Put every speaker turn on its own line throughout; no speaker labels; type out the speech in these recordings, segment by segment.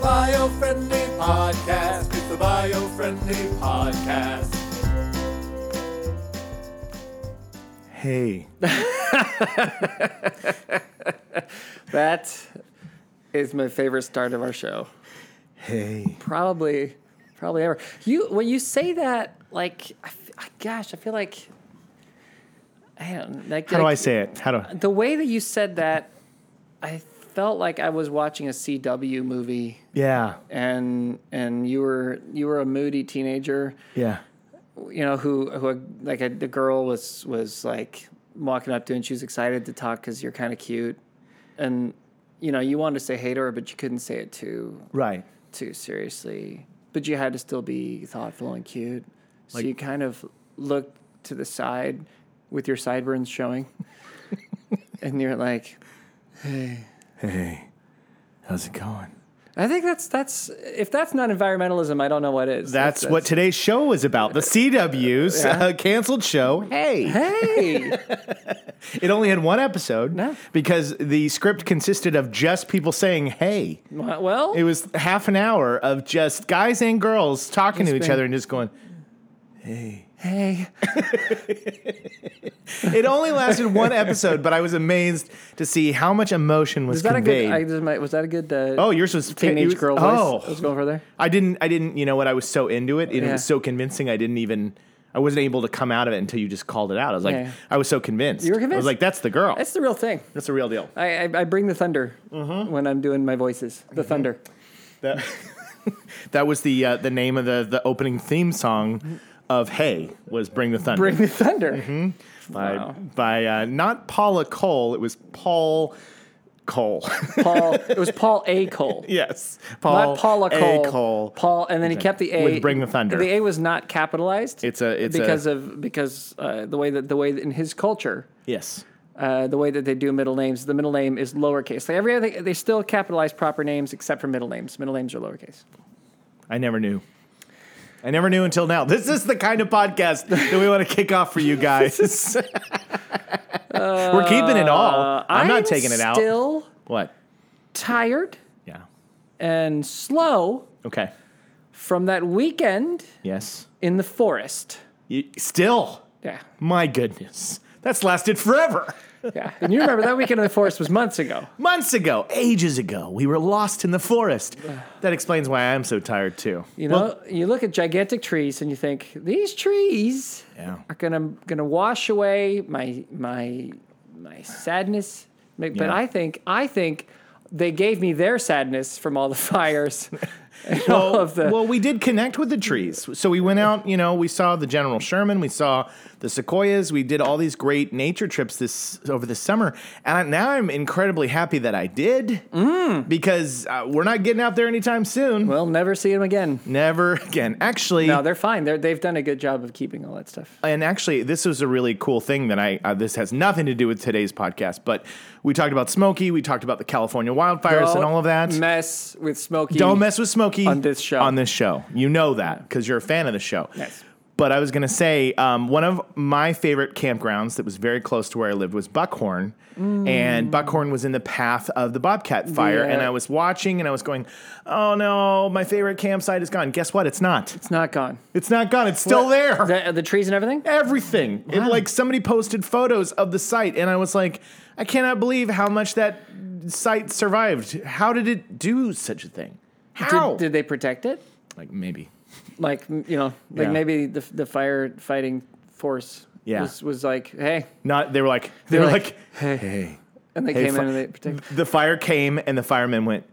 bio-friendly podcast. It's the bio-friendly podcast.
Hey,
That is my favorite start of our show.
hey.
Probably, probably ever. You when you say that, like, I f- I- gosh, I feel like, I don't like.
How do I
like,
say it? How do I?
The way that you said that, I felt like I was watching a CW movie,
Yeah,
and and you were you were a moody teenager,
yeah,
you know, who who like a, the girl was was like walking up to, and she was excited to talk because you're kind of cute, and you know, you wanted to say hey to her, but you couldn't say it too
right.
too seriously, but you had to still be thoughtful and cute. So
Like-
you kind of looked to the side with your sideburns showing, and you're like,
Hey, how's it going?
I think that's that's if that's not environmentalism, I don't know what is.
That's, what today's show is about. The CW's uh, canceled show. Hey,
Hey,
it only had one episode
No.
because the script consisted of just people saying "Hey."
well,
It was half an hour of just guys and girls talking to
Just
each
being-
other and just going.
hey,
It only lasted one episode, but I was amazed to see how much emotion was
is that a
conveyed.
good? I, this is my- was that a good? Uh,
oh, yours was
teenage
you-
girl voice.
Oh,
Let's go over there.
I didn't. I didn't. You know what? I was so into it, and it
Yeah.
was so convincing. I didn't even. I wasn't able to come out of it until you just called it out. I was like,
Yeah.
I was so convinced.
You were
I was
convinced?
like, that's the girl.
That's the real thing.
that's the real deal.
I, I, I bring the thunder
Mm-hmm.
when I'm doing my voices. The thunder.
That, that was the uh, the name of the the opening theme song of Hey was Bring the Thunder
Bring the thunder.
Mm-hmm. by
Wow.
by uh, not Paula Cole. It was Paul Cole.
Paul. It was Paul A. Cole.
yes,
not Paula
A.
Cole.
Cole.
Paul, and then he kept the A
With Bring the Thunder.
The A was not capitalized.
It's a- it's a-
because of because uh, the way that the way that in his culture,
yes.
uh, the way that they do middle names, the middle name is lowercase. Like every other, they still capitalize proper names except for middle names. Middle names are lowercase.
I never knew. I never knew until now. This is the kind of podcast that we want to kick off for you guys. We're keeping it all. I'm not taking it out.
Uh, Still
what?
tired
Yeah.
and slow
Okay.
from that weekend
Yes.
in the forest.
You, still.
Yeah,
My goodness. That's lasted forever.
yeah. And you remember that weekend in the forest was months ago.
Months ago, ages ago, we were lost in the forest. That explains why I'm so tired too.
You know, you look at gigantic trees and you think these trees
Yeah.
are gonna gonna wash away my my my sadness. Ma- But
Yeah.
I think I think they gave me their sadness from all the fires.
well,
all of the-
well, we did connect with the trees. So we went out, you know, we saw the General Sherman, we saw the sequoias, we did all these great nature trips this over the summer, and I, now I'm incredibly happy that I did because uh, we're not getting out there anytime soon.
Mm. we'll never see them again.
Never again. Actually,
No, they're fine. They're, they've done a good job of keeping all that stuff.
and actually, this was a really cool thing that I. Uh, this has nothing to do with today's podcast, but we talked about Smokey, we talked about the California wildfires and
Don't
all of that.
Mess with Smokey.
Don't mess with Smokey
On this show.
On this show, you know that because you're a fan of the show.
Yes.
But I was gonna say um, one of my favorite campgrounds that was very close to where I lived was Buckhorn, and Buckhorn was in the path of the Bobcat fire,
Mm. Yeah.
and I was watching and I was going, "Oh no, my favorite campsite is gone." Guess what? It's not.
It's not gone.
It's not gone. It's still there
The, the trees and everything.
everything. It, like somebody posted photos of the site, and I was like, I cannot believe how much that site survived. How did it do such a thing? How?
Did, did they protect it?
like maybe.
Like m- you know, like
Yeah.
maybe the the firefighting force.
Yeah.
Was, was like, hey,
Not. They were like. They were like.
hey.
Hey.
And they
Hey,
came
fi-
in and they protected.
The fire came, and the firemen went.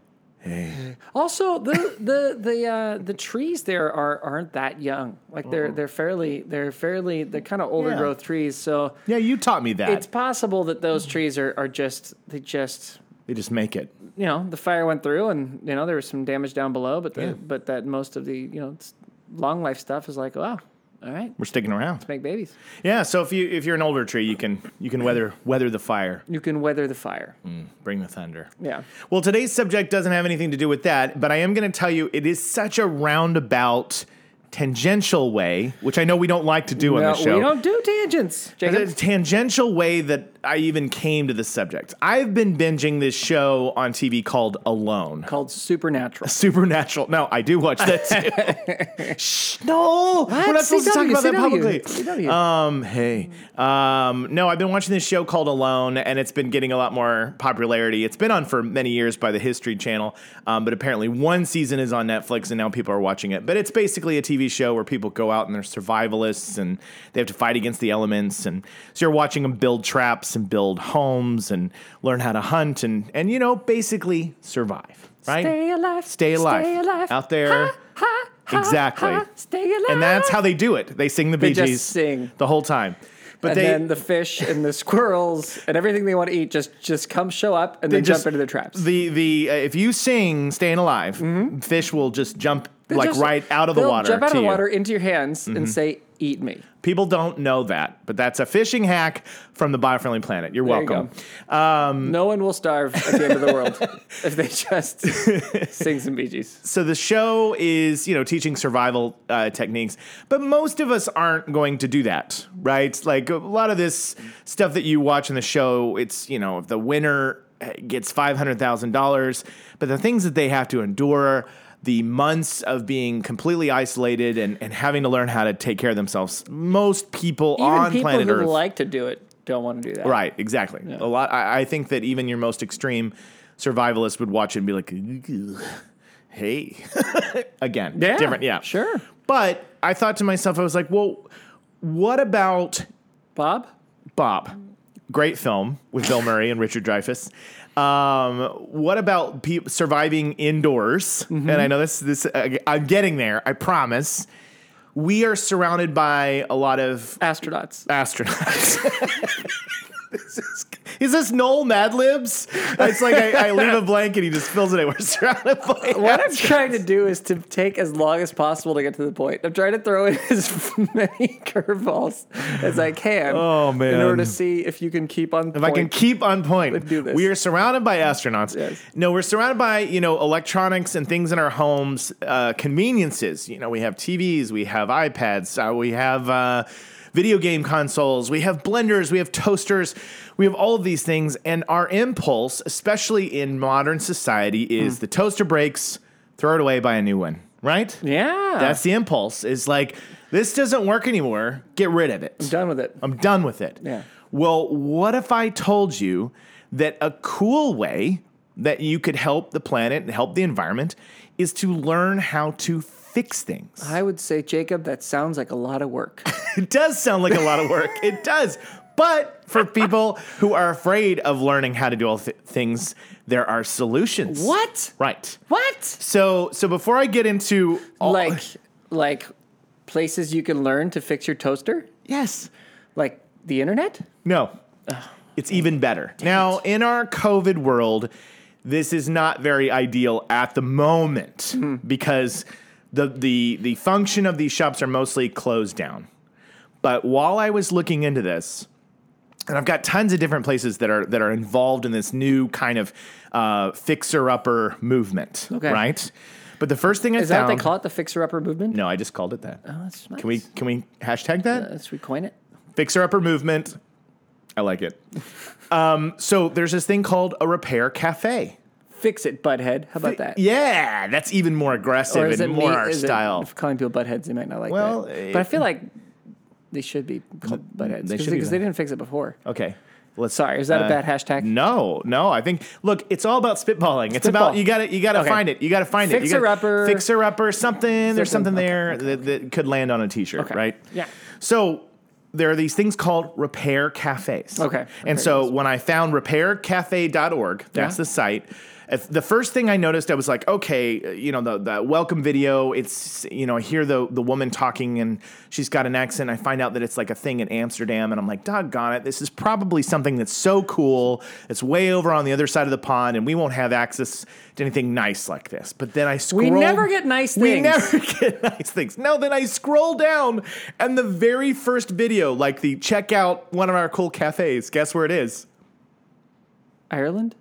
Also, the the the uh, the trees there are aren't that young. Like they're they're fairly they're fairly they're kind of older
Yeah.
growth trees. So
Yeah, you taught me that.
it's possible that those trees are are just they just
they just make it.
you know the fire went through and you know there was some damage down below, but the,
Yeah.
but that most of the you know it's- long life stuff is like wow, all right,
We're sticking around.
make babies.
Yeah. So if you if you're an older tree, you can you can weather weather the fire,
You can weather the fire.
Mm. bring the thunder.
Yeah.
Well, today's subject doesn't have anything to do with that, but I am going to tell you it is such a roundabout, tangential way, which I know we don't like to do on
No,
the show.
we don't do tangents,
But
Jacob.
it's a tangential way that I even came to this subject. I've been binging this show on TV called Alone.
called Supernatural.
Supernatural. No, I do watch that too. Shh, no, we're not supposed to talk
CW,
about that
CW.
publicly.
CW.
Um, hey, um, no, I've been watching this show called Alone, and it's been getting a lot more popularity. It's been on for many years by the History Channel, um, but apparently one season is on Netflix, and now people are watching it. But it's basically a TV show where people go out and they're survivalists, and they have to fight against the elements, and so you're watching them build traps and build homes and learn how to hunt and and you know basically survive. Right?
Stay alive,
Stay alive.
stay alive.
Out there.
Ha, ha,
Exactly.
ha, stay alive.
And that's how they do it. They sing the Bee
just
Gees
sing.
the whole time. But
and
they
then the fish and the squirrels and everything they want to eat just just come show up and then
just-
jump into their traps. Mm-hmm.
the the uh, if you sing "Staying Alive," fish will just jump like
Just-
right out of the
they'll
water.
Jump out of
to
the
you. Mm-hmm.
water into your hands and say, "Eat me."
People don't know that, but that's a fishing hack from the biofriendly planet. You're
There you
welcome. Mm-hmm.
no one will starve at the end of the world if they just sing some Bee Gees.
so the show is you know teaching survival uh, techniques but most of us aren't going to do that right like a lot of this stuff that you watch in the show it's you know if the winner eh, gets $500000 but the things that they have to endure the months of being completely isolated and, and having to learn how to take care of themselves most people
Even
on
people
planet
who
earth
like to do it don't want to do that.
Right, exactly. A lot. I, I think that even your most extreme survivalist would watch it and be like, "Ugh, "Hey, again,
Yeah.
different, yeah,
Sure.
But I thought to myself, I was like, "Well, what about
Bob,
Bob? Great film with Bill Murray and Richard Dreyfuss. Um, what about pe- surviving indoors?
Mm-hmm.
And I know this. This uh, I'm getting there. I promise. We are surrounded by a lot of
astronauts.
astronauts. This is- Is this Noel Mad Libs? It's like I, I leave a blank and he just fills it in. We're surrounded by
What I'm trying to do is to take as long as possible to get to the point. I'm trying to throw in as many curveballs as I can.
Oh,
In order
man.
to see if you can keep on.
If I can keep on point,
do this.
we are surrounded by astronauts.
Yes.
No, we're surrounded by you know electronics and things in our homes, uh, conveniences. You know, we have TVs, we have iPads, uh, we have uh, video game consoles, we have blenders, we have toasters, we have all of these things. And our impulse, especially in modern society, is
Hmm.
the toaster breaks, throw it away, buy a new one. Right?
yeah,
That's the impulse. Is like this doesn't work anymore. Get rid of it.
done with it.
I'm done with it.
Yeah.
Well, what if I told you that a cool way that you could help the planet and help the environment is to learn how to fix things?
I would say, Jacob, that sounds like a lot of work.
It does sound like a lot of work. it does. But for people who are afraid of learning how to do all th- things, there are solutions.
what?
Right.
What?
So, so before I get into all,
Like, like places you can learn to fix your toaster,
yes,
like the internet.
No. It's even better. Now, in our COVID world, this is not very ideal at the moment
Hmm.
because the, the the function of these shops are mostly closed down. But while I was looking into this, and I've got tons of different places that are that are involved in this new kind of uh, fixer-upper movement,
Okay.
right? But the first thing I
Is that
found,
what they call it? The fixer-upper movement?
no, I just called it that.
That's nice.
Can we can we hashtag that?
Let's coin it.
fixer upper movement. I like it. Um, so there's this thing called a repair cafe.
Fix it, butthead. How about that?
Yeah, that's even more aggressive and
me-
more our
is it-
style.
if calling people buttheads, they might not like
Well,
that.
it-
but I feel like they should be called buttheads
they
because
should
they,
be
'cause they didn't fix it before.
okay. Let's,
Sorry, is that a
uh,
bad hashtag?
No, no. I think look, it's all about spitballing. It's
Spitball.
about you got to you got to
Okay.
find it. You got to find it. You gotta-
Fixer-upper.
fixer upper, something. There's
Something.
something there That, that could land on a T-shirt,
Okay.
right?
Yeah.
So there are these things called repair cafes.
Okay. Repair
And so when I found repaircafe.org, that's
Yeah.
the site. if- The first thing I noticed, I was like, okay, you know, the, the welcome video. It's you know, I hear the the woman talking and she's got an accent. I find out that it's like a thing in Amsterdam, and I'm like, doggone it, this is probably something that's so cool. It's way over on the other side of the pond, and we won't have access to anything nice like this. But then I
We
scrolled.
never get nice things.
We never get nice things. No, then I scroll down, and the very first video, like the check out one of our cool cafes, guess where it is?
Ireland?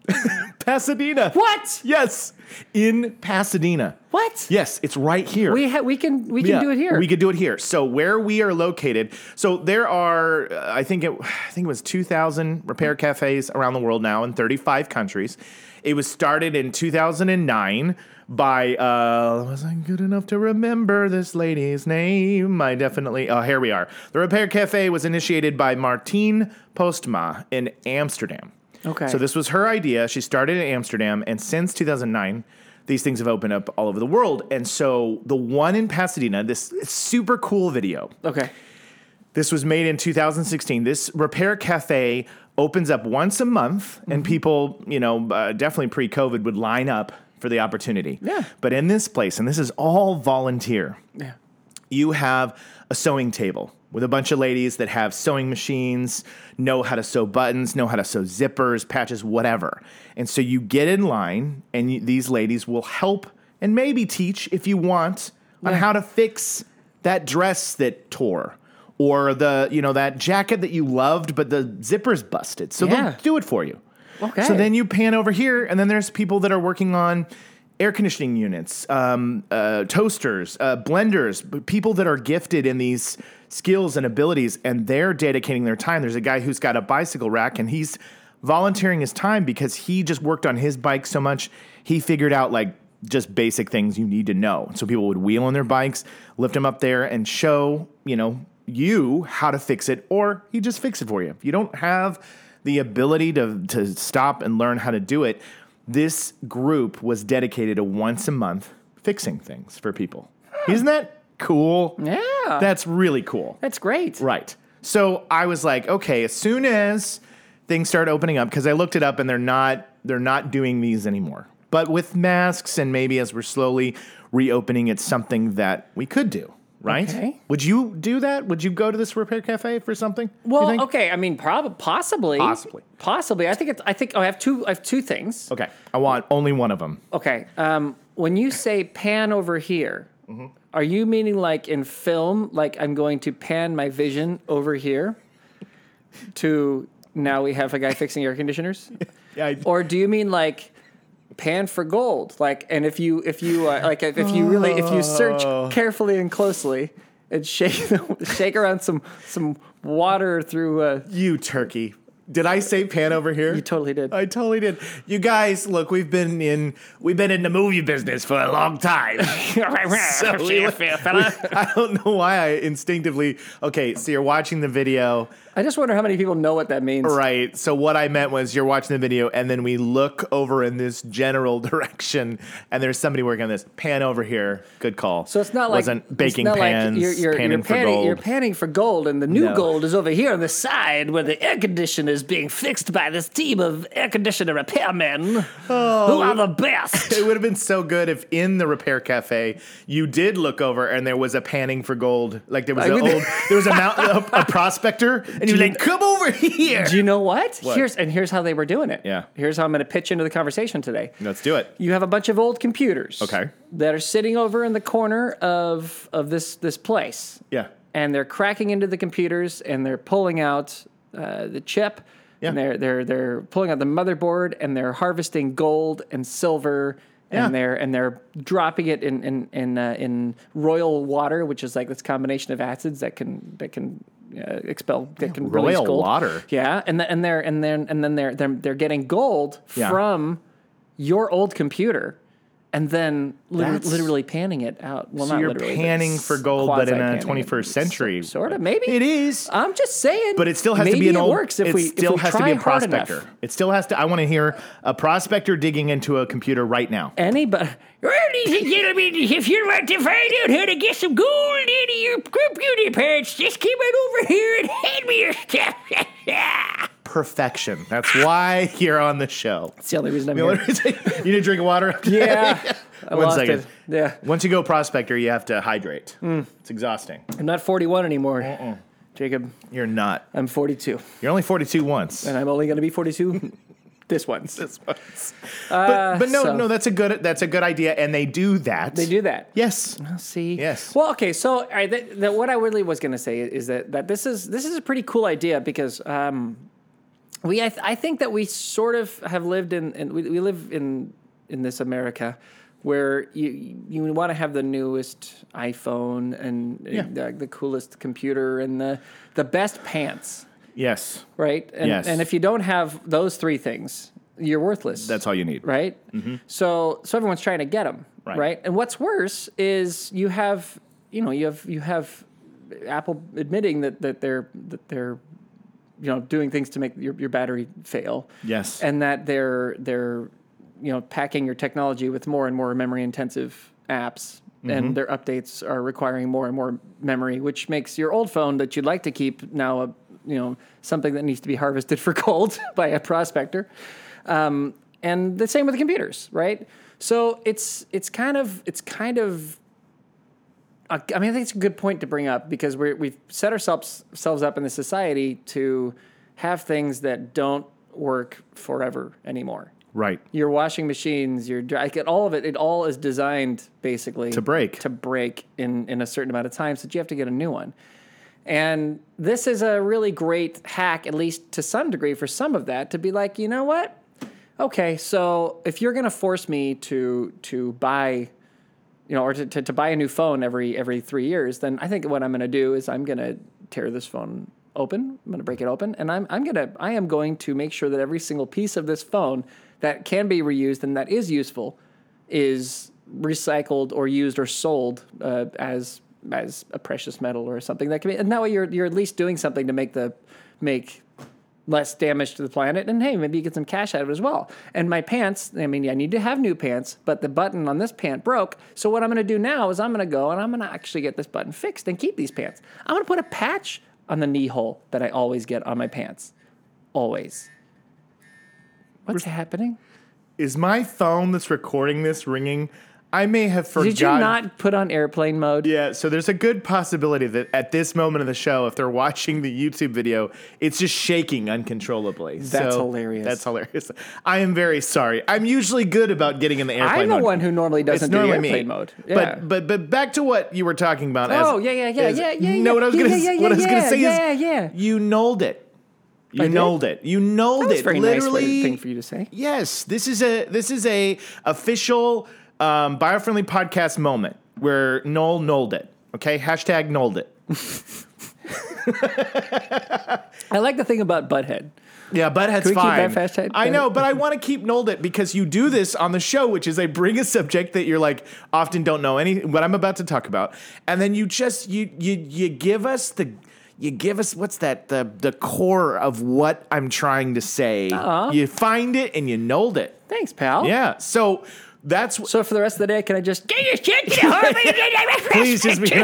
Pasadena.
What?
Yes, in Pasadena.
What?
Yes, it's right here.
We ha- we can we can
Yeah,
do it here.
We could do it here. So where we are located, so there are, uh, I think it, I think it was 2,000 repair cafes around the world now in 35 countries. It was started in 2009 by uh, was I good enough to remember this lady's name? I definitely. Oh, here we are. The Repair Cafe was initiated by Martine Postma in Amsterdam.
Okay.
So this was her idea. She started in Amsterdam, and since 2009, these things have opened up all over the world. And so the one in Pasadena, this super cool video.
okay.
This was made in 2016. This repair cafe opens up once a month, and people, you know, uh, definitely pre-COVID would line up for the opportunity.
Yeah.
But in this place, and this is all volunteer
Yeah.
you have a sewing table with a bunch of ladies that have sewing machines, know how to sew buttons, know how to sew zippers, patches, whatever. And so you get in line, and you, these ladies will help and maybe teach if you want on how to fix that dress that tore or the you know that jacket that you loved but the zipper's busted. So
Yeah.
they'll do it for you.
Okay.
So then you pan over here, and then there's people that are working on air conditioning units, um, uh, toasters, uh, blenders, b- people that are gifted in these skills and abilities, and they're dedicating their time. There's a guy who's got a bicycle rack, and he's volunteering his time because he just worked on his bike so much, he figured out like just basic things you need to know. So people would wheel on their bikes, lift them up there, and show, you know, you how to fix it, or he just fix it for you. If you don't have the ability to, to stop and learn how to do it. This group was dedicated to once a month fixing things for people. Isn't that cool?
Yeah.
That's really cool.
That's great.
Right. So I was like, okay, as soon as things start opening up, because I looked it up and they're not they're not doing these anymore. But with masks and maybe as we're slowly reopening, it's something that we could do, right?
Okay.
Would you do that? Would you go to this repair cafe for something? you
Well,
think?
okay. I mean, probably, possibly,
Possibly.
possibly. I think it's. I think oh, I have two. I have two things.
Okay. I want only one of them.
Okay. Um, when you say pan over here,
Mm-hmm.
are you meaning like in film, like I'm going to pan my vision over here to now we have a guy fixing air conditioners?
Yeah, I,
Or do you mean like pan for gold? Like, and if you, if you, uh, like, if if you really, if you search
Oh.
carefully and closely and shake, shake around some, some water through, uh,
you turkey. Did I say pan over here?
you totally did.
I totally did. You guys, look, we've been in we've been in the movie business for a long time. So we- I don't know why I instinctively. Okay, so you're watching the video,
I just wonder how many people know what that means.
right? So what I meant was you're watching the video, and then we look over in this general direction, and there's somebody working on this pan over here. Good call.
So it's not like
wasn't
it's
baking
not like
pans,
you're, you're,
panning
you're
for
panning,
gold.
You're panning for gold, and the new
No.
gold is over here on the side where the air conditioner is being fixed by this team of air conditioner repairmen who are the best.
It would have been so good if in the repair cafe you did look over and there was a panning for gold. Like there was
I
an
would-
old, there was a, mount, a, a prospector, and you're like, "Come over here."
Do you know what? Here's and here's how they were doing it.
Yeah.
Here's how I'm going to pitch into the conversation today.
Let's do it.
You have a bunch of old computers.
Okay.
That are sitting over in the corner of of this this place.
Yeah.
and they're cracking into the computers and they're pulling out uh, the chip and
Yeah.
they're they're they're pulling out the motherboard and they're harvesting gold and silver
Yeah.
and they're and they're dropping it in in in, uh, in royal water, which is like this combination of acids that can that can. Uh, expel that can release
royal
gold.
water.
yeah, and the, and they're and then and then they're they're they're getting gold
Yeah.
from your old computer, and then liter-
That's-
literally panning it out. Well,
So
not
you're
literally, but
panning for gold, but in a
quasi-panning it.
21st century.
Sort of, maybe
It is.
I'm just saying,
But it still has
maybe
to be an
it
old.
works if
it
we
still
if we
has
try
to be a
hard enough.
prospector. It still has to. I want to hear a prospector digging into a computer right now.
Anybody,
Ladies and gentlemen, if you'd like to find out how to get some gold into your computer parts, just come on over here and hand me your stuff.
Perfection. That's why you're on the show.
it's the only reason I'm
you
here.
need to drink water. After
Yeah, I
One
lost
second.
it. Yeah,
Once you go prospector, you have to hydrate.
Mm.
It's exhausting.
I'm not 41 anymore, Jacob.
You're not.
I'm 42,
You're only 42 once.
and I'm only going to be 42 this once.
but, but no,
Uh, so-
no, that's a good that's a good idea, and they do that.
They do that.
Yes.
See.
Yes.
Well, okay. So, all right, that, that what I really was going to say is that that this is this is a pretty cool idea because um, we I, th- I think that we sort of have lived in and we, we live in in this America where you you want to have the newest iPhone and uh,
Yeah.
the, the coolest computer and the the best pants,
Yes,
right? And,
Yes.
and if you don't have those three things, you're worthless.
that's all you need.
right? So so everyone's trying to get them,
Right.
right. And what's worse is you have you know you have you have Apple admitting that that they're that they're you know doing things to make your your battery fail.
Yes.
and that they're they're you know packing your technology with more and more memory intensive apps. And their updates are requiring more and more memory, which makes your old phone that you'd like to keep now a you know something that needs to be harvested for gold by a prospector um, and the same with computers, right? So it's it's kind of it's kind of. I I mean, I think it's a good point to bring up because we're, we've set ourselves selves up in the society to have things that don't work forever anymore.
Right.
Your washing machines, your dry- like all of it, it all is designed basically
To break.
to break in in a certain amount of time, so that you have to get a new one. And this is a really great hack, at least to some degree, for some of that, to be like, you know what? Okay, so if you're gonna force me to to buy, you know, or to, to, to buy a new phone every every three years, then I think what I'm gonna do is I'm gonna tear this phone open. I'm gonna break it open, and I'm I'm gonna I am going to make sure that every single piece of this phone that can be reused and that is useful is recycled or used or sold uh, as as a precious metal or something that can be. And that way, you're you're at least doing something to make the make less damage to the planet. And hey, maybe you get some cash out of it as well. And my pants, I mean, I need to have new pants, but the button on this pant broke. So what I'm going to do now is I'm going to go and I'm going to actually get this button fixed and keep these pants. I'm going to put a patch on the knee hole that I always get on my pants. Always. What's happening?
Is my phone that's recording this ringing? I may have forgotten.
Did you not put on airplane mode?
Yeah, so there's a good possibility that at this moment of the show, if they're watching the YouTube video, it's just shaking uncontrollably.
That's
So,
hilarious.
That's hilarious. I am very sorry. I'm usually good about getting in the airplane.
I'm the
mode.
one who normally
It's
doesn't do
normally
airplane
me.
mode. Yeah.
But but but back to what you were talking about.
Oh,
as-
yeah, yeah, yeah,
as-
yeah, yeah,
You know
yeah.
what I was
Yeah,
gonna
yeah, yeah,
what I was gonna
yeah,
say
yeah,
is
yeah.
you knolled it. You
did?
knolled it. You knolled
That was
it.
very nice
Literally
way- thing for you to say.
Yes, this is a this is a official um, biofriendly podcast moment where Noel knolled it. Okay, hashtag knolled it.
I like the thing about Butthead.
Yeah, butthead's
we keep that
fine.
hashtag?
I know, but I want to keep knolled it because you do this on the show, which is I bring a subject that you're like often don't know any what I'm about to talk about, and then you just you you you give us the. You give us what's that the the core of what I'm trying to say. You find it and you knolled it.
Thanks, pal.
Yeah. So that's
So for the rest of the day, can I just
They just check it out.
Please just be- be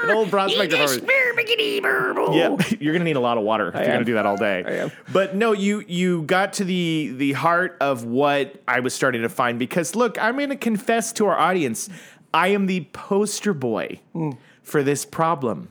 an old prospector
Eat a
farmer.
spear, biggity, burble.
Yeah, you're gonna need a lot of water if you're gonna
am.
do that all day.
I am.
But no, you you got to the the heart of what I was starting to find because look, I'm gonna confess to our audience, I am the poster boy for this problem.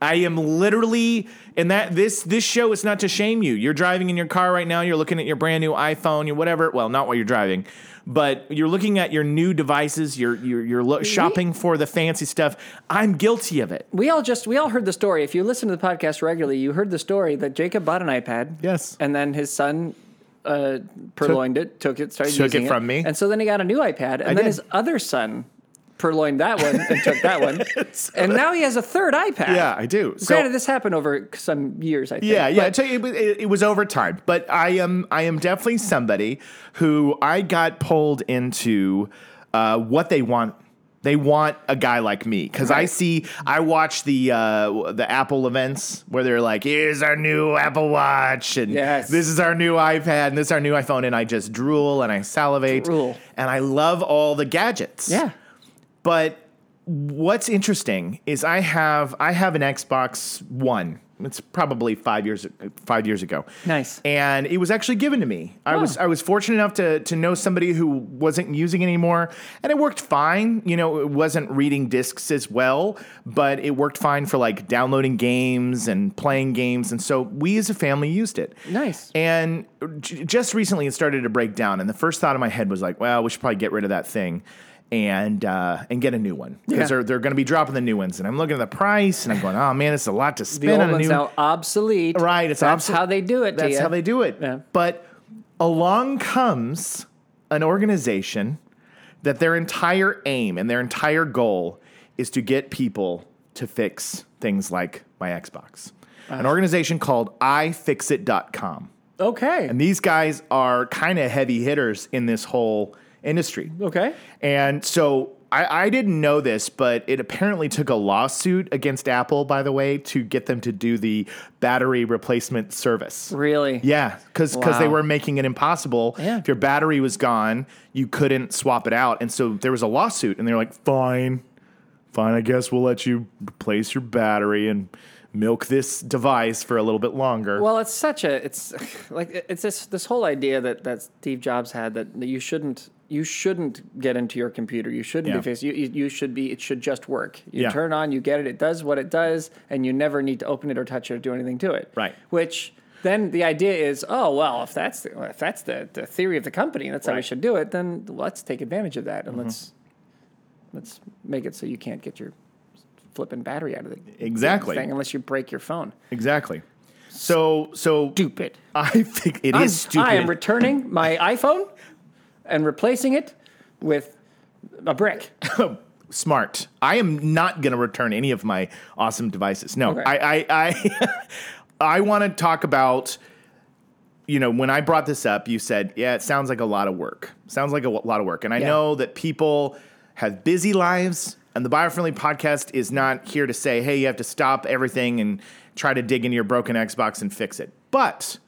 I am literally and that this this show is not to shame you. You're driving in your car right now, you're looking at your brand new iPhone, your whatever. Well, not while you're driving, but you're looking at your new devices, you're you're you're lo- shopping for the fancy stuff. I'm guilty of it.
we all just we all heard the story. If you listen to the podcast regularly, you heard the story that Jacob bought an iPad.
Yes.
And then his son uh, purloined it, took it, started
took
using
it from me.
and so then he got a new iPad, and then
did.
his other son purloined that one and took that one, and now he has a third iPad.
Yeah, I do. So-
Granted, this happened over some years, I think.
Yeah, yeah.
but-
I tell you, it, was- it, it was overtime, but I am I am definitely somebody who I got pulled into uh, what they want. They want a guy like me because I see I watch the uh, the Apple events where they're like, "Here's our new Apple Watch," and
Yes.
"This is our new iPad," and "This is our new iPhone," and I just drool and I salivate,
Drool.
and I love all the gadgets.
yeah.
But what's interesting is I have I have an Xbox One. It's probably five years five years ago.
Nice.
And it was actually given to me. I was I was fortunate enough to to know somebody who wasn't using it anymore, and it worked fine. You know, it wasn't reading discs as well, but it worked fine for like downloading games and playing games. And so we as a family used it.
Nice.
And j- just recently, it started to break down. And the first thought in my head was like, well, we should probably get rid of that thing. and uh, and get a new one because
Yeah.
they're they're going to be dropping the new ones. And I'm looking at the price and I'm going, oh man, it's a lot to
The
spend
old
on a
one's
new.
now obsolete.
Right, it's
That's
obso-
how they do it. to
That's
ya.
how they do it.
Yeah.
But along comes an organization that their entire aim and their entire goal is to get people to fix things like my Xbox. An organization called iFixit.com.
Okay.
And these guys are kind of heavy hitters in this whole industry.
okay.
And so I, I didn't know this, but it apparently took a lawsuit against Apple, by the way, to get them to do the battery replacement service.
Really?
Yeah, because they
Wow.
were making it impossible.
Yeah.
If your battery was gone, you couldn't swap it out. And so there was a lawsuit, and they were like, fine, fine, I guess we'll let you replace your battery and milk this device for a little bit longer.
Well, it's such a it's like it's this this whole idea that that Steve Jobs had that, that you shouldn't you shouldn't get into your computer. You shouldn't
Yeah.
be facing. You, you you should be. It should just work. You
Yeah.
turn on. You get it. It does what it does, and you never need to open it or touch it or do anything to it.
Right.
Which then the idea is, oh well, if that's the, if that's the, the theory of the company, that's how we
Right. Mm-hmm.
should do it. Then let's take advantage of that and let's let's make it so you can't get your flipping battery out of the
Exactly.
thing unless you break your phone.
exactly. So, so
Stupid.
I think it is
I'm-
stupid.
I am returning my iPhone and replacing it with a brick.
smart. I am not going to return any of my awesome devices. No,
Okay.
I, I, I, I want to talk about. You know, when I brought this up, you said, "Yeah, it sounds like a lot of work. Sounds like a w- lot of work." And I
Yeah.
know that people have busy lives, and the Biofriendly Podcast is not here to say, "Hey, you have to stop everything and try to dig into your broken Xbox and fix it." But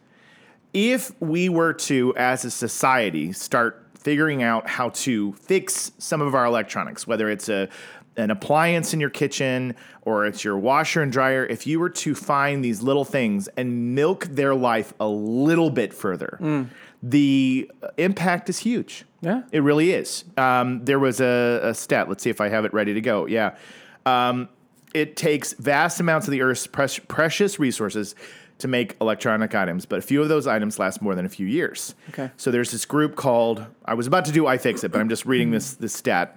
if we were to, as a society, start figuring out how to fix some of our electronics, whether it's a an appliance in your kitchen or it's your washer and dryer, if you were to find these little things and milk their life a little bit further, the impact is huge.
Yeah.
It really is. Um, there was a, a stat. Let's see if I have it ready to go. Yeah. Um, it takes vast amounts of the Earth's pres- precious resources to make electronic items, but a few of those items last more than a few years.
Okay.
So there's this group called, I was about to do I Fix It, but I'm just reading this, this stat.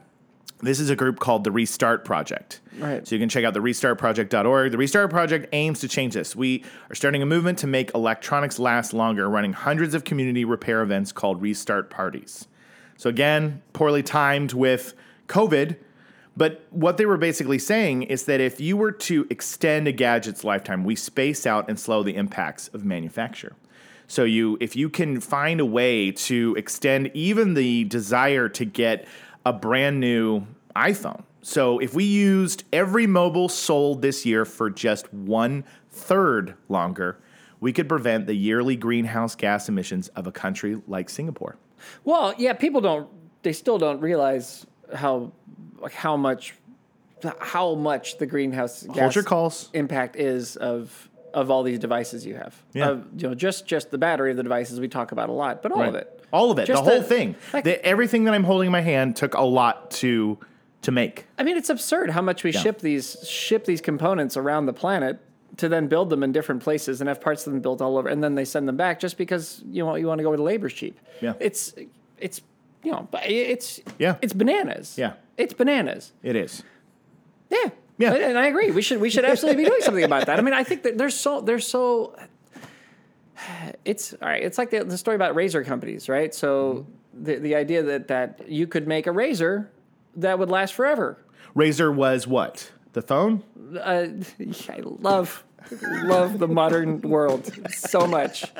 This is a group called the Restart Project.
Right.
So you can check out the restartproject.org. The Restart Project aims to change this. We are starting a movement to make electronics last longer, running hundreds of community repair events called restart parties. So again, poorly timed with COVID, but what they were basically saying is that if you were to extend a gadget's lifetime, we space out and slow the impacts of manufacture. So you if you can find a way to extend even the desire to get a brand new iPhone. So if we used every mobile sold this year for just one third longer, we could prevent the yearly greenhouse gas emissions of a country like Singapore.
Well, yeah, people don't. They still don't realize how like how much how much the greenhouse gas
Hold your calls.
impact is of of all these devices you have.
Yeah.
Of, you know, just just the battery of the devices we talk about a lot, but all of it.
All of it.
Just
the whole
the-
thing.
like-
The- everything that I'm holding in my hand took a lot to to make.
I mean, it's absurd how much we ship these ship these components around the planet to then build them in different places and have parts of them built all over, and then they send them back just because you want you want to go where the labor's cheap.
Yeah.
it's it's you know, but it- it's
Yeah.
it's bananas.
Yeah.
it's bananas.
It is.
Yeah,
Yeah.
And I agree. We should we should absolutely be doing something about that. I mean, I think that they're so they're so. It's all right. It's like the, the story about razor companies, right? So
Mm-hmm.
the the idea that that you could make a razor that would last forever.
Razor was what? The phone?
uh, I love love the modern world so much.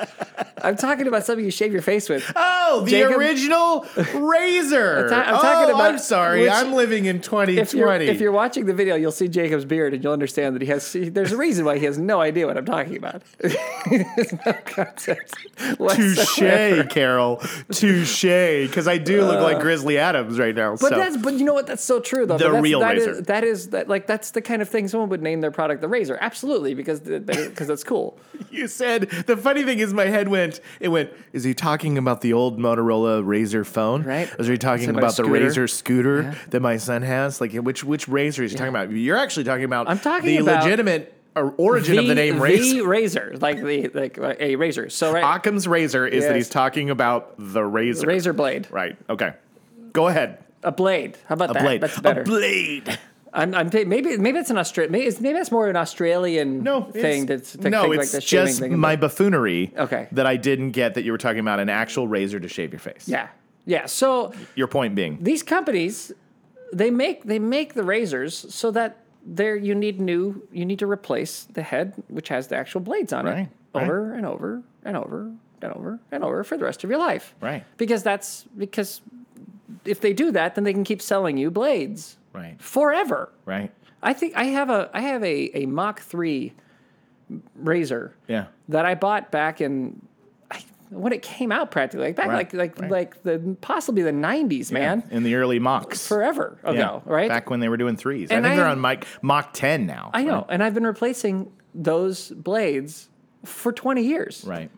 I'm talking about something you shave your face with.
Oh, the
Jacob-
original razor.
ta- I'm talking
oh,
about-
I'm sorry.
which-
I'm living in 2020.
If you're, if you're watching the video, you'll see Jacob's beard, and you'll understand that he has. see, There's a reason why he has no idea what I'm talking about. There's no concept whatsoever.
Touche, Carol. Touche. Because I do look like Grizzly Adams right now.
But
so.
that's but you know what? That's so true though.
The
But that's,
real
that is-
razor.
that is that like that's the kind of thing someone would name their product the razor. Absolutely, because because that's cool.
You said the funny thing is my head went. It went. Is he talking about the old Motorola Razor phone?
Right.
Is he talking
Somebody's
about the
scooter.
Razor scooter that my son has? Like which which Razor is he talking about? You're actually talking about.
I'm talking
the
about
legitimate or origin of the name Razor.
the razor, like the like uh, a razor. So right,
Occam's Razor is that
Yes.
he's talking about the Razor.
razor blade.
Right. Okay. Go ahead.
a blade. How about
A
that?
blade.
That's better.
A blade.
I'm, I'm th- maybe maybe it's an Australian. Maybe, it's- maybe that's more an Australian
No,
thing.
it's-
That's to
no,
think like
it's
the shaving
just
thing.
my buffoonery.
Okay.
That I didn't get that you were talking about an actual razor to shave your face.
yeah, yeah. So
Your point being,
these companies, they make they make the razors so that there you need new you need to replace the head which has the actual blades on
Right,
it
right.
over and over and over and over and over for the rest of your life.
Right.
Because that's because if they do that, then they can keep selling you blades
right,
forever.
right,
I think I have a I have a, a Mach three razor
yeah,
that I bought back in I- when it came out practically like back
Right,
like like
right.
like the possibly the nineties man
in the early mocks.
forever ago right
Back when they were doing threes.
And
I think
I
they're
am-
on Mike Mach 10 now.
I know and I've been replacing those blades for twenty years
Right.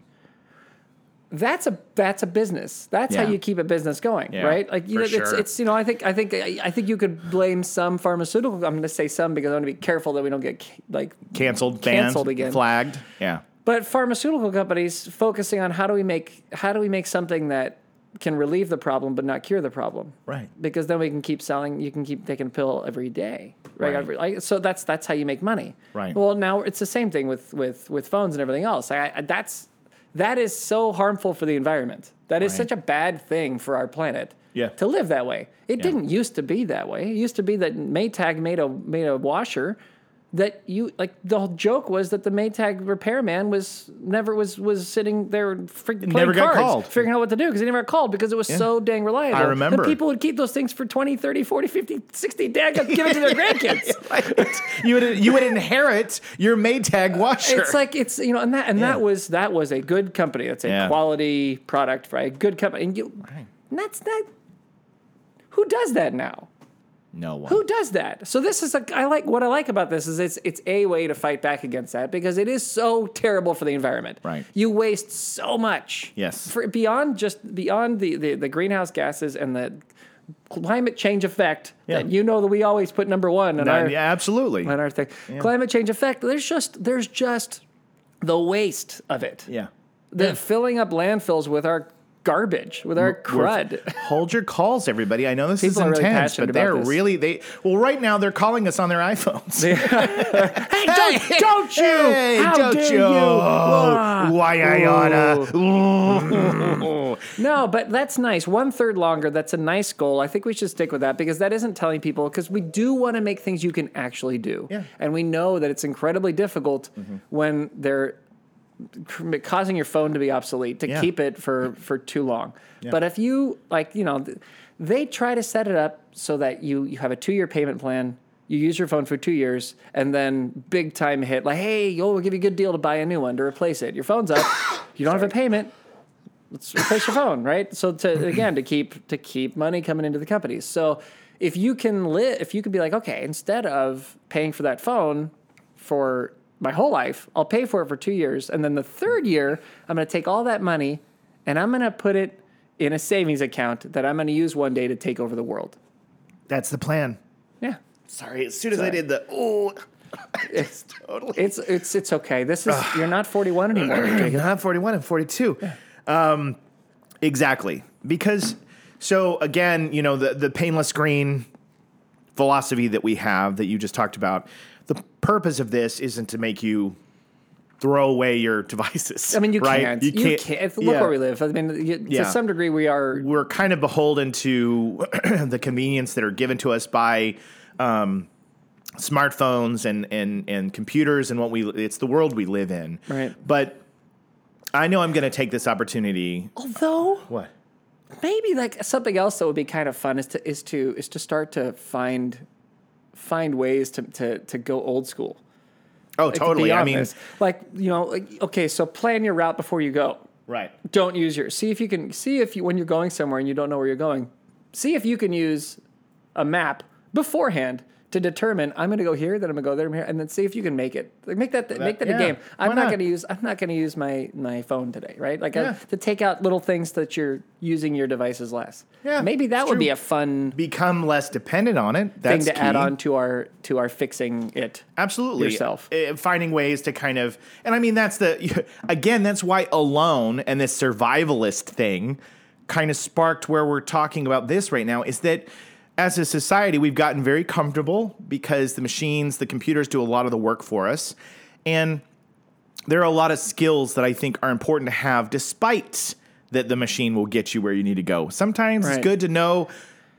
that's a that's a business that's
Yeah.
how you keep a business going
Yeah,
right like you
for
know, it's
sure.
it's you know I think I think I, I think you could blame some pharmaceutical I'm going to say some because I want to be careful that we don't get like
Canceled, banned,
Canceled again.
flagged. Yeah.
But pharmaceutical companies focusing on how do we make how do we make something that can relieve the problem but not cure the problem,
Right.
Because then we can keep selling. You can keep taking a pill every day, right?
Right.
Every, like, so that's that's how you make money,
Right.
Well, now it's the same thing with with with phones and everything else. I, I, that's that is so harmful for the environment. That is
Right.
such a bad thing for our planet.
Yeah.
To live that way. It didn't used to be that way. It used to be that Maytag made a made a washer that you like the whole joke was that the Maytag repairman was never was was sitting there freaking playing
Never got
cards,
called.
figuring out what to do because he never got called because it was so dang reliable.
I remember.
The people would keep those things for 20, 30, 40, 50, 60 days give it to their grandkids.
you would you would inherit your Maytag washer.
It's like it's you know, and that and that was that was a good company. That's a
Yeah.
quality product, right? A good company. And you and that's that who does that now?
no one.
Who does that? So this is a I like what I like about this is it's it's a way to fight back against that because it is so terrible for the environment.
Right.
You waste so much.
Yes.
For beyond just beyond the the, the greenhouse gases and the climate change effect
Yeah.
that you know that we always put number one in
No,
our
Uh, yeah, absolutely.
on our thing. Climate change effect. There's just there's just the waste of it.
Yeah.
The filling up landfills with our garbage, with our crud.
Hold your calls, everybody. I know this
People are
is
really
intense,
passionate
but they're
about this.
really they. Well, right now they're calling us on their iPhones.
hey, don't, don't you?
Hey,
How
don't
dare
you? Oh,
Ah.
Why I oughta?
No, but that's nice. One third longer. That's a nice goal. I think we should stick with that because that isn't telling people because we do want to make things you can actually do.
Yeah. Mm-hmm.
And we know that it's incredibly difficult when they're c- causing your phone to be obsolete to
Yeah.
keep it for for too long. But if you like, you know, th- they try to set it up so that you you have a two year payment plan. You use your phone for two years, and then big time hit like, hey, oh, we'll give you a good deal to buy a new one to replace it. Your phone's up, you don't have a payment let's replace your phone, right? So to again to keep to keep money coming into the companies. So if you can live, if you could be like, okay, instead of paying for that phone for my whole life, I'll pay for it for two years, and then the third year, I'm going to take all that money and I'm going to put it in a savings account that I'm going to use one day to take over the world.
That's the plan.
Yeah,
Sorry, as soon as I did the oh, it's totally.
it's it's it's okay. This is you're not 41 anymore.
Not 41 and 42. Um, exactly. Because, so again, you know, the, the painless green philosophy that we have that you just talked about, the purpose of this isn't to make you throw away your devices.
I mean, you
right?
can't. You can't. Look
yeah.
where we live. I mean, you,
Yeah.
to some degree, we are
We're kind of beholden to the convenience that are given to us by um, smartphones and, and, and computers and what we, it's the world we live in.
Right.
But I know I'm going to take this opportunity
Oh, although.
what?
maybe like something else that would be kind of fun is to is to is to start to find find ways to to, to go old school.
Oh,
Like,
totally. I
beyond
mean,
this. like you know, like, okay, so plan your route before you go.
right.
Don't use your see if you can see if you when you're going somewhere and you don't know where you're going. See if you can use a map beforehand to determine I'm going to go here, then I'm going to go there, I'm here, and then see if you can make it. Like make that, make that
yeah,
a game. I'm
why
not,
not?
going to use I'm not going to use my my phone today, right? Like I-
Yeah.
to take out little things that you're using your devices less.
Yeah,
maybe that
it's
would be
true.
a fun
Become less dependent on it. That's
thing to add
key.
on to our to our fixing it.
Absolutely.
yourself.
Uh, finding ways to kind of, and I mean, that's the, again, that's why alone and this survivalist thing kind of sparked where we're talking about this right now is that as a society, we've gotten very comfortable because the machines, the computers do a lot of the work for us. And there are a lot of skills that I think are important to have, despite that the machine will get you where you need to go. Sometimes
Right.
it's good to know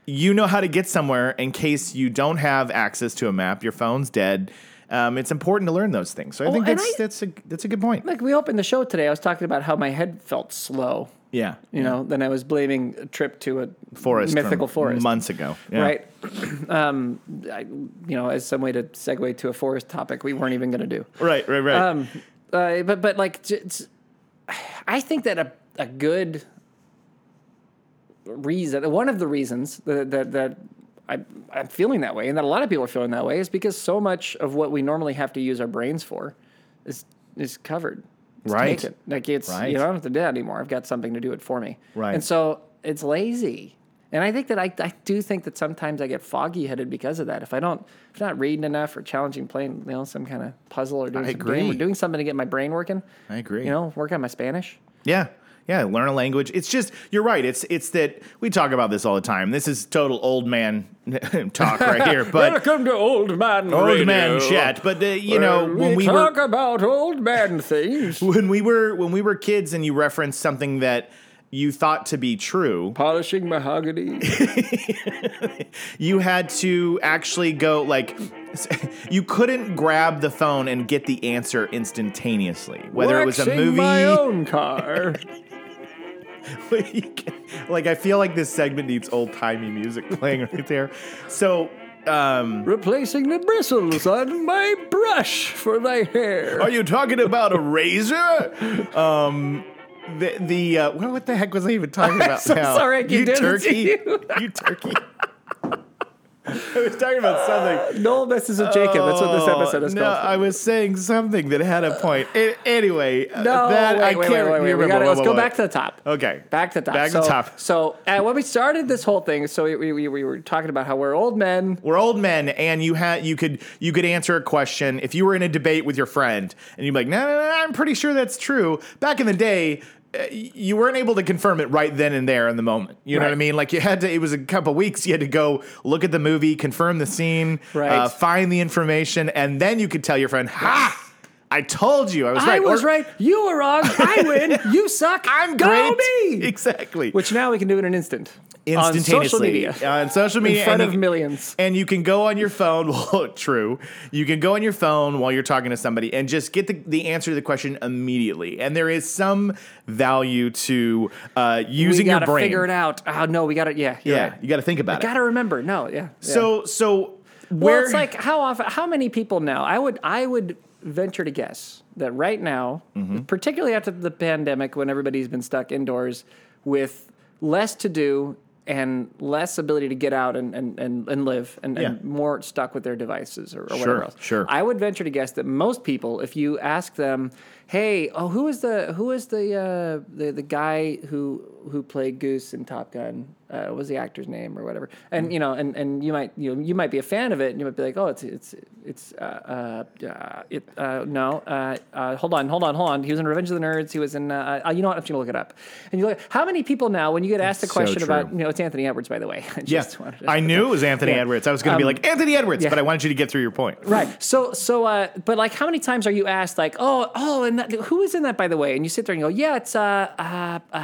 you know how to get somewhere in case you don't have access to a map, your phone's dead. Um, it's important to learn those things. So I think
Oh, and
that's
I-
that's a that's a good point.
Like we opened the show today, I was talking about how my head felt slow.
Yeah,
You know, then I was blaming a trip to a
forest from
mythical forest,
months ago. Yeah.
right? um, I, you know, as some way to segue to a forest topic we weren't even going to do.
right, right, right.
Um, uh, but but like, j- it's- I think that a a good reason, one of the reasons that that, that I, I'm feeling that way, and that a lot of people are feeling that way, is because so much of what we normally have to use our brains for is is covered. It's
Right.
taken. Like it's
Right.
you know I don't have to do that anymore. I've got something to do it for me.
Right.
And so it's lazy. And I think that I, I do think that sometimes I get foggy headed because of that. If I don't, if I'm not reading enough or challenging playing, you know, some kind of puzzle or doing
I
some game or
agree.
doing something to get my brain working.
I agree.
You know, work on my Spanish.
Yeah. Yeah, learn a language. It's just you're right. It's it's that we talk about this all the time. This is total old man talk right here, but
Welcome to old man.
old man chat. But uh, you know when we were
about old man things,
when we were when we were kids, and you referenced something that you thought to be true,
polishing mahogany.
you had to actually go like you couldn't grab the phone and get the answer instantaneously, whether it was a movie.
own car.
like like, I feel like this segment needs old timey music playing right there. So. Um,
replacing the bristles on my brush for my hair.
Are you talking about a razor? Um, the the uh, well, what the heck was I even talking about?
so
now?
sorry I keep
you
doing this to
turkey,
you.
you turkey. I was talking about something.
No messes with Jacob. That's what this episode is
Oh, no,
called.
I was saying something that had a point. A- anyway, uh,
no,
that
wait,
I
wait,
can't
wait, wait, wait.
remember.
We gotta,
Whoa,
let's
whoa,
go
whoa.
back to the top.
Okay,
Back to the top.
Back
so,
to top.
So uh, when we started this whole thing, so we, we, we were talking about how we're old men.
We're old men, and you had you could you could answer a question if you were in a debate with your friend, and you'd be like, "No, no, no, I'm pretty sure that's true." Back in the day, uh, you weren't able to confirm it right then and there in the moment. You know what I
Right.
mean? Like you had to. It was a couple weeks. You had to go look at the movie, confirm the scene,
Right.
uh, find the information, and then you could tell your friend, "Ha! I told you, I was
I
right."
was
Or,
right. You were wrong. I win. You suck. I'm
Great.
me.
Exactly.
Which now we can do in an instant.
instantaneously
On social media.
on social media
in front
and
of
you-
millions.
and you can go on your phone. Well, true. You can go on your phone while you're talking to somebody and just get the, the answer to the question immediately. And there is some value to uh, using
we
your
gotta
brain.
figure it out. Oh no, we gotta yeah, you're
Yeah,
right.
you got to think about it.
Gotta remember. No, yeah. yeah.
So, so
Well,
where
it's like how often, how many people now? I would, I would venture to guess that right now,
Mm-hmm.
particularly after the pandemic, when everybody's been stuck indoors with less to do and less ability to get out and and and, and live, and, and
Yeah.
more stuck with their devices or, or
Sure,
whatever else.
sure.
I would venture to guess that most people, if you ask them, "Hey, oh, who is the who is the uh, the the guy who who played Goose in Top Gun? Uh, what was the actor's name or whatever?"
Mm.
And you know, and and you might you know, you might be a fan of it, and you might be like, "Oh, it's it's it's uh, uh, uh, it uh, no, uh, uh, hold on, hold on, hold on. He was in Revenge of the Nerds. He was in uh, uh, you know what? I'm just gonna look it up. And you look, how many people now when you get asked the
So
question about
true.
you know it's Anthony Edwards by the way? I
yeah,
just wanted to-
I knew it was Anthony
Yeah.
Edwards. I was going to be
Um,
like Anthony Edwards,
yeah.
but I wanted you to get through your point.
Right. So, so, uh, but like, how many times are you asked, like, oh, oh, and that, who is in that, by the way? And you sit there and you go, yeah, it's uh, uh, uh,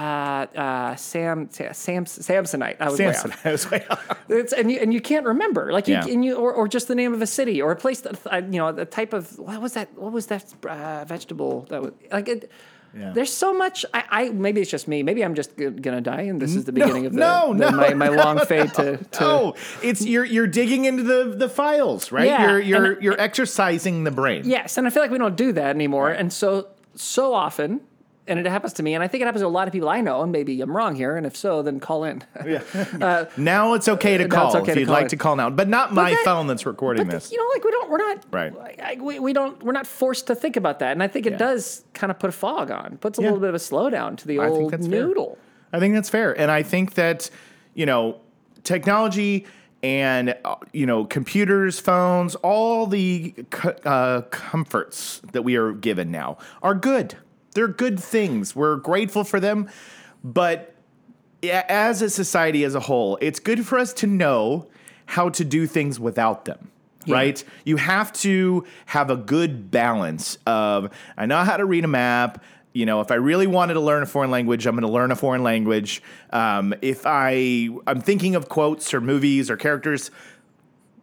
uh Sam, Sam, Sam, Samsonite. I was way
Samson,
off.
I was way off.
It's, and you and you can't remember, like, you,
Yeah.
and you, or, or just the name of a city or a place that uh, you know the type of what was that? What was that uh, vegetable that was like? It,
Yeah.
There's so much. I, I maybe it's just me. Maybe I'm just g- gonna die, and this is the beginning of the,
no,
the-
no,
my, my
no,
long fade to, to
No, Oh, it's you're you're digging into the the files, right?
Yeah,
you're you're
and-
you're exercising the brain.
Yes, and I feel like we don't do that anymore. And so so often, and it happens to me, and I think it happens to a lot of people I know. And maybe I'm wrong here, and if so, then call in.
Now it's okay to
Now
call
it's okay
if
to
you'd
call
like
it.
to call now, but not my
that-
phone that's recording
But
this.
you know, like we don't, we're not
Right.
I- we, we don't, we're not forced to think about that. And I think it
Yeah.
does kind of put a fog on, puts a
Yeah.
little bit of a slowdown to the
I think
old
that's fair.
noodle.
I think that's fair, and I think that you know technology and uh, you know computers, phones, all the co- uh, comforts that we are given now are good. They're good things. We're grateful for them, but a- as a society as a whole, it's good for us to know how to do things without them. Right? You have to have a good balance of I know how to read a map. You know, if I really wanted to learn a foreign language, I'm going to learn a foreign language. Um, if I I'm thinking of quotes or movies or characters,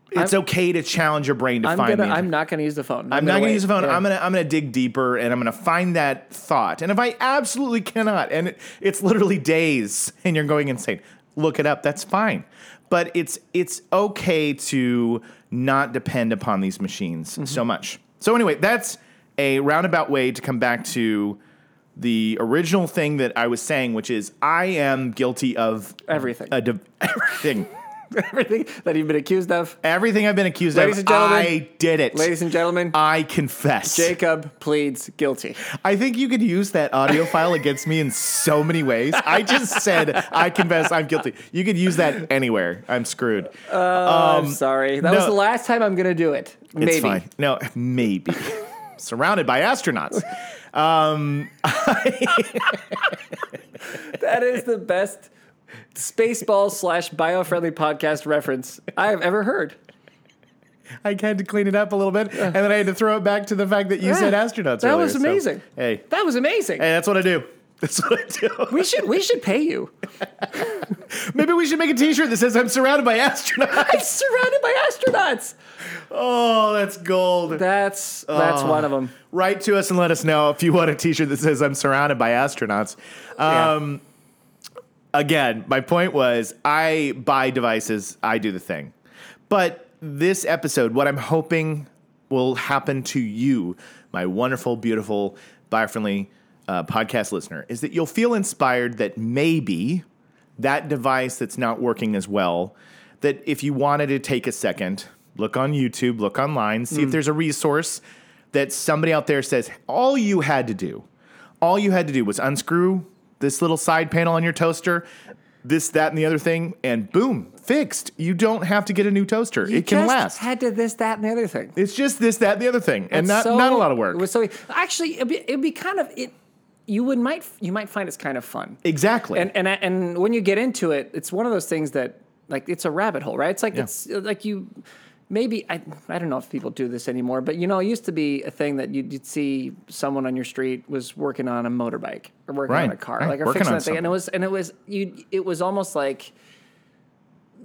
it's okay to challenge your brain to
I'm
find
gonna.
the
I'm not gonna use the phone.
I'm not going
wait.
to use the phone.
Yeah.
I'm going to I'm going to dig deeper and I'm going to find that thought. And if I absolutely cannot and it, it's literally days and you're going insane, look it up. That's fine. But it's it's okay to not depend upon these machines
Mm-hmm.
so much. So anyway, that's a roundabout way to come back to the original thing that I was saying, which is I am guilty of
Everything.
a de- everything.
everything that you've been accused of.
Everything I've been accused
Ladies
of,
and gentlemen.
I did it.
Ladies and gentlemen,
I confess.
Jacob pleads guilty.
I think you could use that audio file against me in so many ways. I just said, I confess, I'm guilty. You could use that anywhere. I'm screwed.
I'm sorry. That
Um, no.
was the last time I'm gonna do it. Maybe.
It's fine. No, maybe. Surrounded by astronauts. Um,
That is the best Spaceball slash biofriendly podcast reference I have ever heard.
I had to clean it up a little bit, and then I had to throw it back to the fact that you said
Yeah.
astronauts.
That
earlier,
was
so,
amazing.
hey, hey,
That was amazing.
that's what I do. That's what I do.
We should we should pay you.
Maybe we should make a T-shirt that says "I'm surrounded by astronauts."
I'm surrounded by astronauts.
Oh, that's gold.
That's that's
Ah.
one of them.
Write to us and let us know if you want a T-shirt that says "I'm surrounded by astronauts." Um, Again, my point was I buy devices, I do the thing. But this episode, what I'm hoping will happen to you, my wonderful, beautiful, biofriendly uh, podcast listener, is that you'll feel inspired that maybe that device that's not working as well, that if you wanted to take a second, look on YouTube, look online, see
Mm.
if there's a resource that somebody out there says all you had to do, all you had to do was unscrew this little side panel on your toaster, this, that, and the other thing, and boom, fixed. You don't have to get a new toaster. it can
Just
last.
Had to this, that, and the other thing.
it's just this, that, and the other thing, and
That's
not,
so-
not a lot of work.
It was so e, actually it'd be, it'd be kind of it. You would might you might find it's kind of fun.
exactly.
and and I- and when you get into it, it's one of those things that like it's a rabbit hole, right? It's like it's uh, like you maybe I I don't know if people do this anymore, but you know, it used to be a thing that you'd, you'd see someone on your street was working on a motorbike or working on
Right,
a car,
right,
like or
working
fixing
on
that thing, and it was and it was you it was almost like.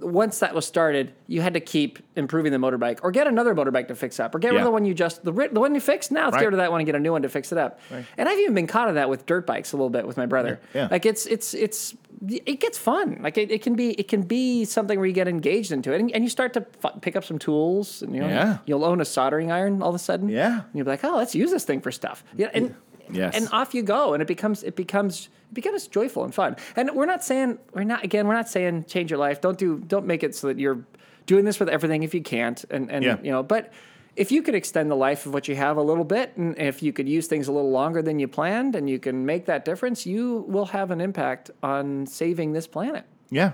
Once that was started, you had to keep improving the motorbike, or get another motorbike to fix up, or get rid
Yeah.
of the one you just the, ri- the one you fixed. Now let's
Right.
get rid of that one and get a new one to fix it up. And I've even been caught in that with dirt bikes a little bit with my brother.
Yeah.
Like it's it's it's it gets fun. Like it, it can be it can be something where you get engaged into it, and, and you start to f- pick up some tools, and you know
Yeah.
you'll own a soldering iron all of a sudden.
Yeah.
and you'll be like, oh, let's use this thing for stuff. Yeah, and
Yes.
and off you go, and it becomes it becomes it becomes joyful and fun. And we're not saying we're not again we're not saying change your life. Don't do don't make it so that you're doing this with everything if you can't. And and
Yeah.
you know, but if you could extend the life of what you have a little bit, and if you could use things a little longer than you planned, and you can make that difference, you will have an impact on saving this planet.
Yeah,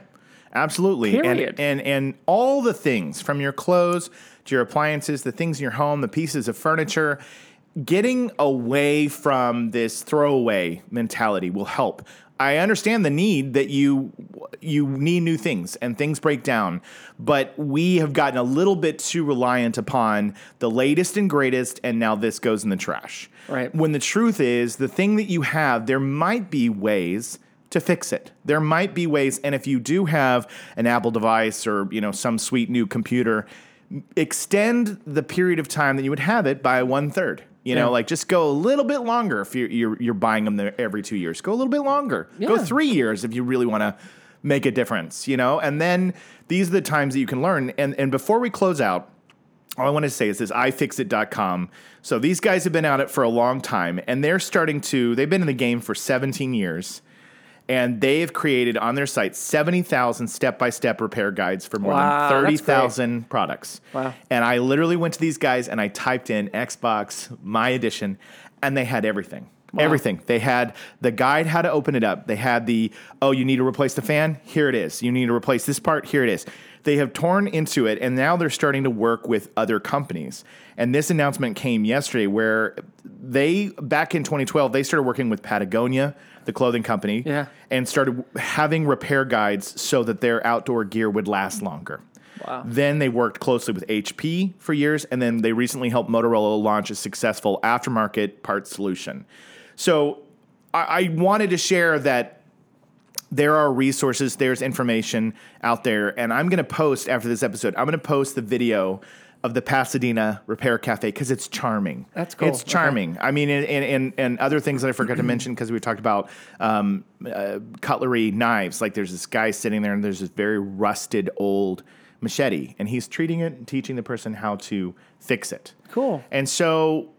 absolutely.
Period.
And, and and all the things from your clothes to your appliances, the things in your home, the pieces of furniture, getting away from this throwaway mentality will help. I understand the need that you you need new things and things break down, but we have gotten a little bit too reliant upon the latest and greatest, and now this goes in the trash.
Right.
When the truth is, the thing that you have, there might be ways to fix it. There might be ways, and if you do have an Apple device or you know some sweet new computer, m- extend the period of time that you would have it by one third. You know, like just go a little bit longer if you're you're, you're buying them there every two years. Go a little bit longer. Go
Yeah.
three years if you really want to make a difference. You know, and then these are the times that you can learn. And and before we close out, all I want to say is this ifixit.com. So these guys have been at it for a long time and they're starting to, they've been in the game for 17 years and they've created on their site 70,000 step by step repair guides for more
Wow,
than
that's
30,000 products.
Wow.
And I literally went to these guys and I typed in Xbox, my edition, and they had everything. Everything. They had the guide how to open it up. They had the, oh, you need to replace the fan? Here it is. You need to replace this part? Here it is. They have torn into it and now they're starting to work with other companies. And this announcement came yesterday where they, back in 2012, they started working with Patagonia, the clothing company,
Yeah.
and started having repair guides so that their outdoor gear would last longer. Then they worked closely with HP for years, and then they recently helped Motorola launch a successful aftermarket part solution. So I, I wanted to share that there are resources, there's information out there. And I'm going to post after this episode, I'm going to post the video of the Pasadena Repair Cafe because it's charming.
That's cool.
It's charming. I mean, and, and, and, and other things that I forgot to mention because we talked about um, uh, cutlery knives. Like there's this guy sitting there and there's this very rusted old machete, and he's treating it and teaching the person how to fix it.
Cool.
And so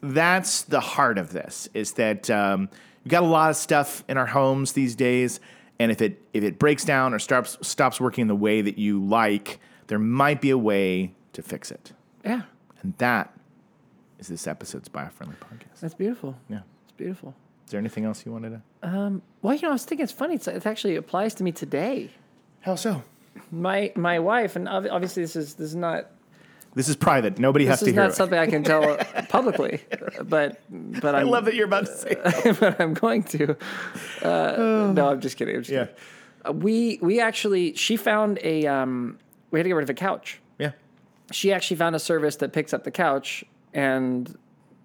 that's the heart of this is that um, we've got a lot of stuff in our homes these days, and if it if it breaks down or stops stops working the way that you like, there might be a way to fix it,
Yeah,
and that is this episode's biofriendly podcast.
that's beautiful.
Yeah.
It's beautiful.
Is there anything else you wanted to?
Well, you know, I was thinking it's funny. It's, it actually applies to me today.
How so?
My my wife, and ob- obviously this is this is not
This is private. Nobody has
this
to
is
hear
not
it.
something I can tell publicly, but but I'm,
I love that you're about to say. it. Oh.
but I'm going to. Uh, no, I'm just kidding. I'm just
Yeah.
kidding. Uh, We we actually she found a um, we had to get rid of a couch.
Yeah.
she actually found a service that picks up the couch and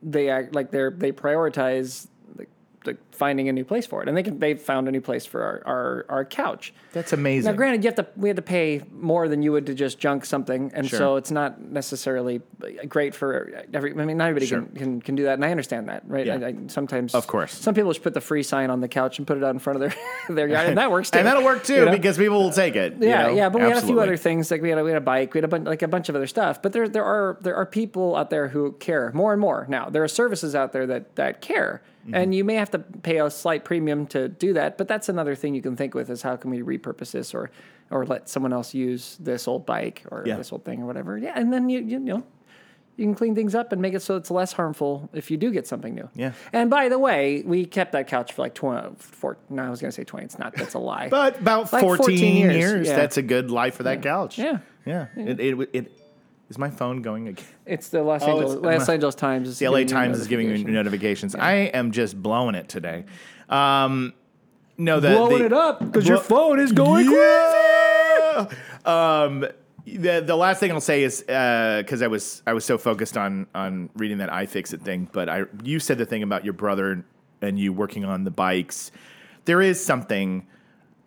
they act like they're they prioritize like, like finding a new place for it and they can they found a new place for our our, our couch
That's amazing.
now granted you have to we had to pay more than you would to just junk something and so
Sure.
it's not necessarily great for every i mean not everybody
Sure.
can, can can do that and i understand that right
Yeah.
I, I, sometimes
Of course.
some people just put the free sign on the couch and put it out in front of their their yard and that works too
and that'll work too
You know?
because people will take it. you
Yeah,
know?
yeah, but we had a few
Absolutely.
other things like we had a, we had a bike, we had a bunch like a bunch of other stuff. But there there are there are people out there who care more and more now. There are services out there that that care,
Mm-hmm.
and you may have to pay a slight premium to do that. But that's another thing you can think with is how can we repurpose this or or let someone else use this old bike or
Yeah.
this old thing or whatever. Yeah, and then you you know you can clean things up and make it so it's less harmful if you do get something new.
Yeah.
And by the way, we kept that couch for like 20, four, no, I was going to say 20. It's not, that's a lie.
But about
Like
14,
14
years.
years, yeah.
That's a good life for that couch.
Yeah.
Yeah. It, it, it, is my phone going again?
It's the Los
Oh,
Angeles,
it's-
Los Angeles Times. is
The LA
giving you
Times is giving me
notification.
notifications. I am just blowing it today. Um, no, the,
blowing
the-
it up because your
Blow-
phone is going crazy.
yeah! Um, the the last thing I'll say is because I was I was so focused on on reading that iFixit thing, but I you said the thing about your brother and you working on the bikes. There is something,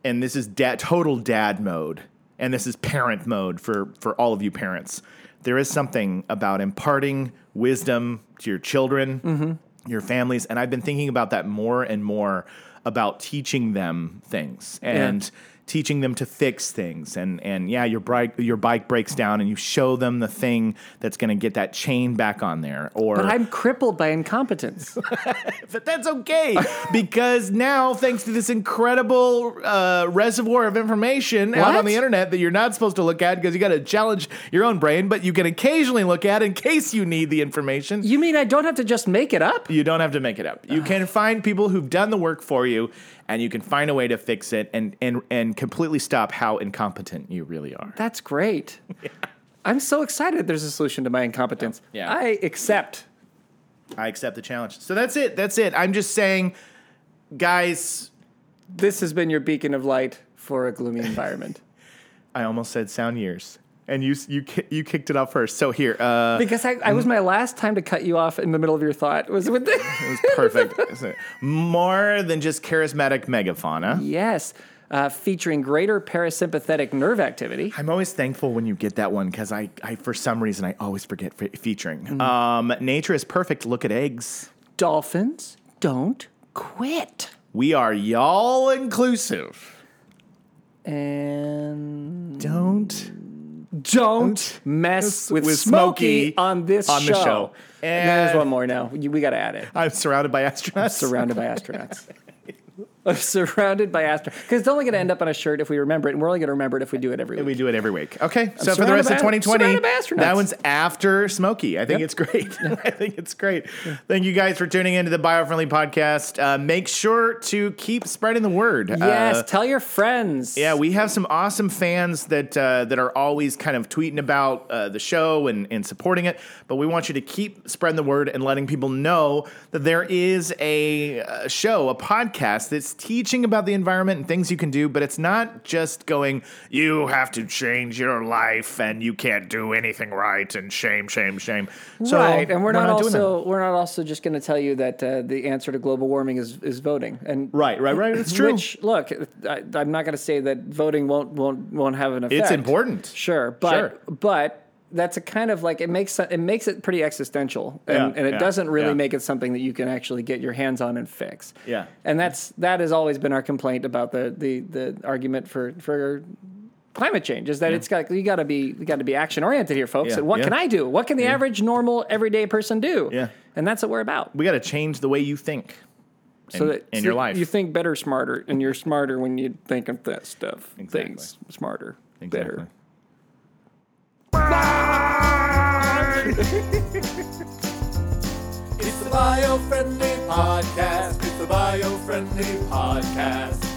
and this is dad total dad mode, and this is parent mode for for all of you parents. There is something about imparting wisdom to your children your families. And I've been thinking about that more and more about teaching them things and teaching them to fix things. And and yeah, your bike your bike breaks down and you show them the thing that's going to get that chain back on there. Or
But I'm crippled by incompetence.
but that's okay because now, thanks to this incredible uh, reservoir of information out
What?
on the internet that you're not supposed to look at because you got to challenge your own brain, but you can occasionally look at in case you need the information.
you mean I don't have to just make it up?
You don't have to make it up. You can find people who've done the work for you, and you can find a way to fix it and and and completely stop how incompetent you really are.
That's great. I'm so excited there's a solution to my incompetence.
Yeah.
I accept.
I accept the challenge. So that's it. That's it. I'm just saying, guys.
This has been your beacon of light for a gloomy environment.
I almost said sound years, and you s- you ki- you kicked it off first. So here, uh,
because I, I was my last time to cut you off in the middle of your thought was with this.
perfect. So, More than just charismatic megafauna.
yes. Uh, featuring greater parasympathetic nerve activity.
I'm always thankful when you get that one because I, I, for some reason, I always forget fe- featuring. Um, nature is perfect. Look at eggs.
Dolphins don't quit.
We are y'all inclusive.
And
Don't
don't mess with,
with
Smokey,
Smokey
on this
on
show.
the show.
And there's
And-
one more now. You- We got to add it.
I'm surrounded by astronauts.
Surrounded by astronauts. I'm surrounded by astronauts. Because it's only going to end up on a shirt if we remember it, and we're only going to remember it if we do it every week.
we do it every week. Okay, so for the
surrounded
rest
by-
of 2020,
surrounded by astronauts.
that one's after Smokey. I think it's great. I think it's great. Thank you guys for tuning into the Biofriendly Podcast. Uh, make sure to keep spreading the word.
yes,
Uh,
tell your friends.
Yeah, we have some awesome fans that uh, that are always kind of tweeting about uh, the show and, and supporting it. But we want you to keep spreading the word and letting people know that there is a, uh show, a podcast that's it's teaching about the environment and things you can do, but it's not just going, you have to change your life and you can't do anything right and shame, shame, shame. So
right, and we're not,
doing that.
also we're not also just going to tell you that uh, the answer to global warming is is voting. And
Right, right, right. It's true.
Which look, I, I'm not going to say that voting won't won't won't have an effect.
it's important.
Sure, but
Sure.
but that's a kind of like it makes it makes it pretty existential, and,
Yeah,
and it
yeah,
doesn't really
yeah.
make it something that you can actually get your hands on and fix.
Yeah.
and that's that has always been our complaint about the the the argument for for. Climate change is that it's got you got to be you got to be action oriented here, folks.
Yeah,
And what
yeah.
can I do? What can the average, normal, everyday person do?
Yeah.
and that's what we're about.
We got to change the way you think.
so
in-
that
in
so
your
that
life.
you think better, smarter, and you're smarter when you think of that stuff.
Exactly.
Things smarter, better.
It's the bio friendly podcast. It's the bio friendly podcast.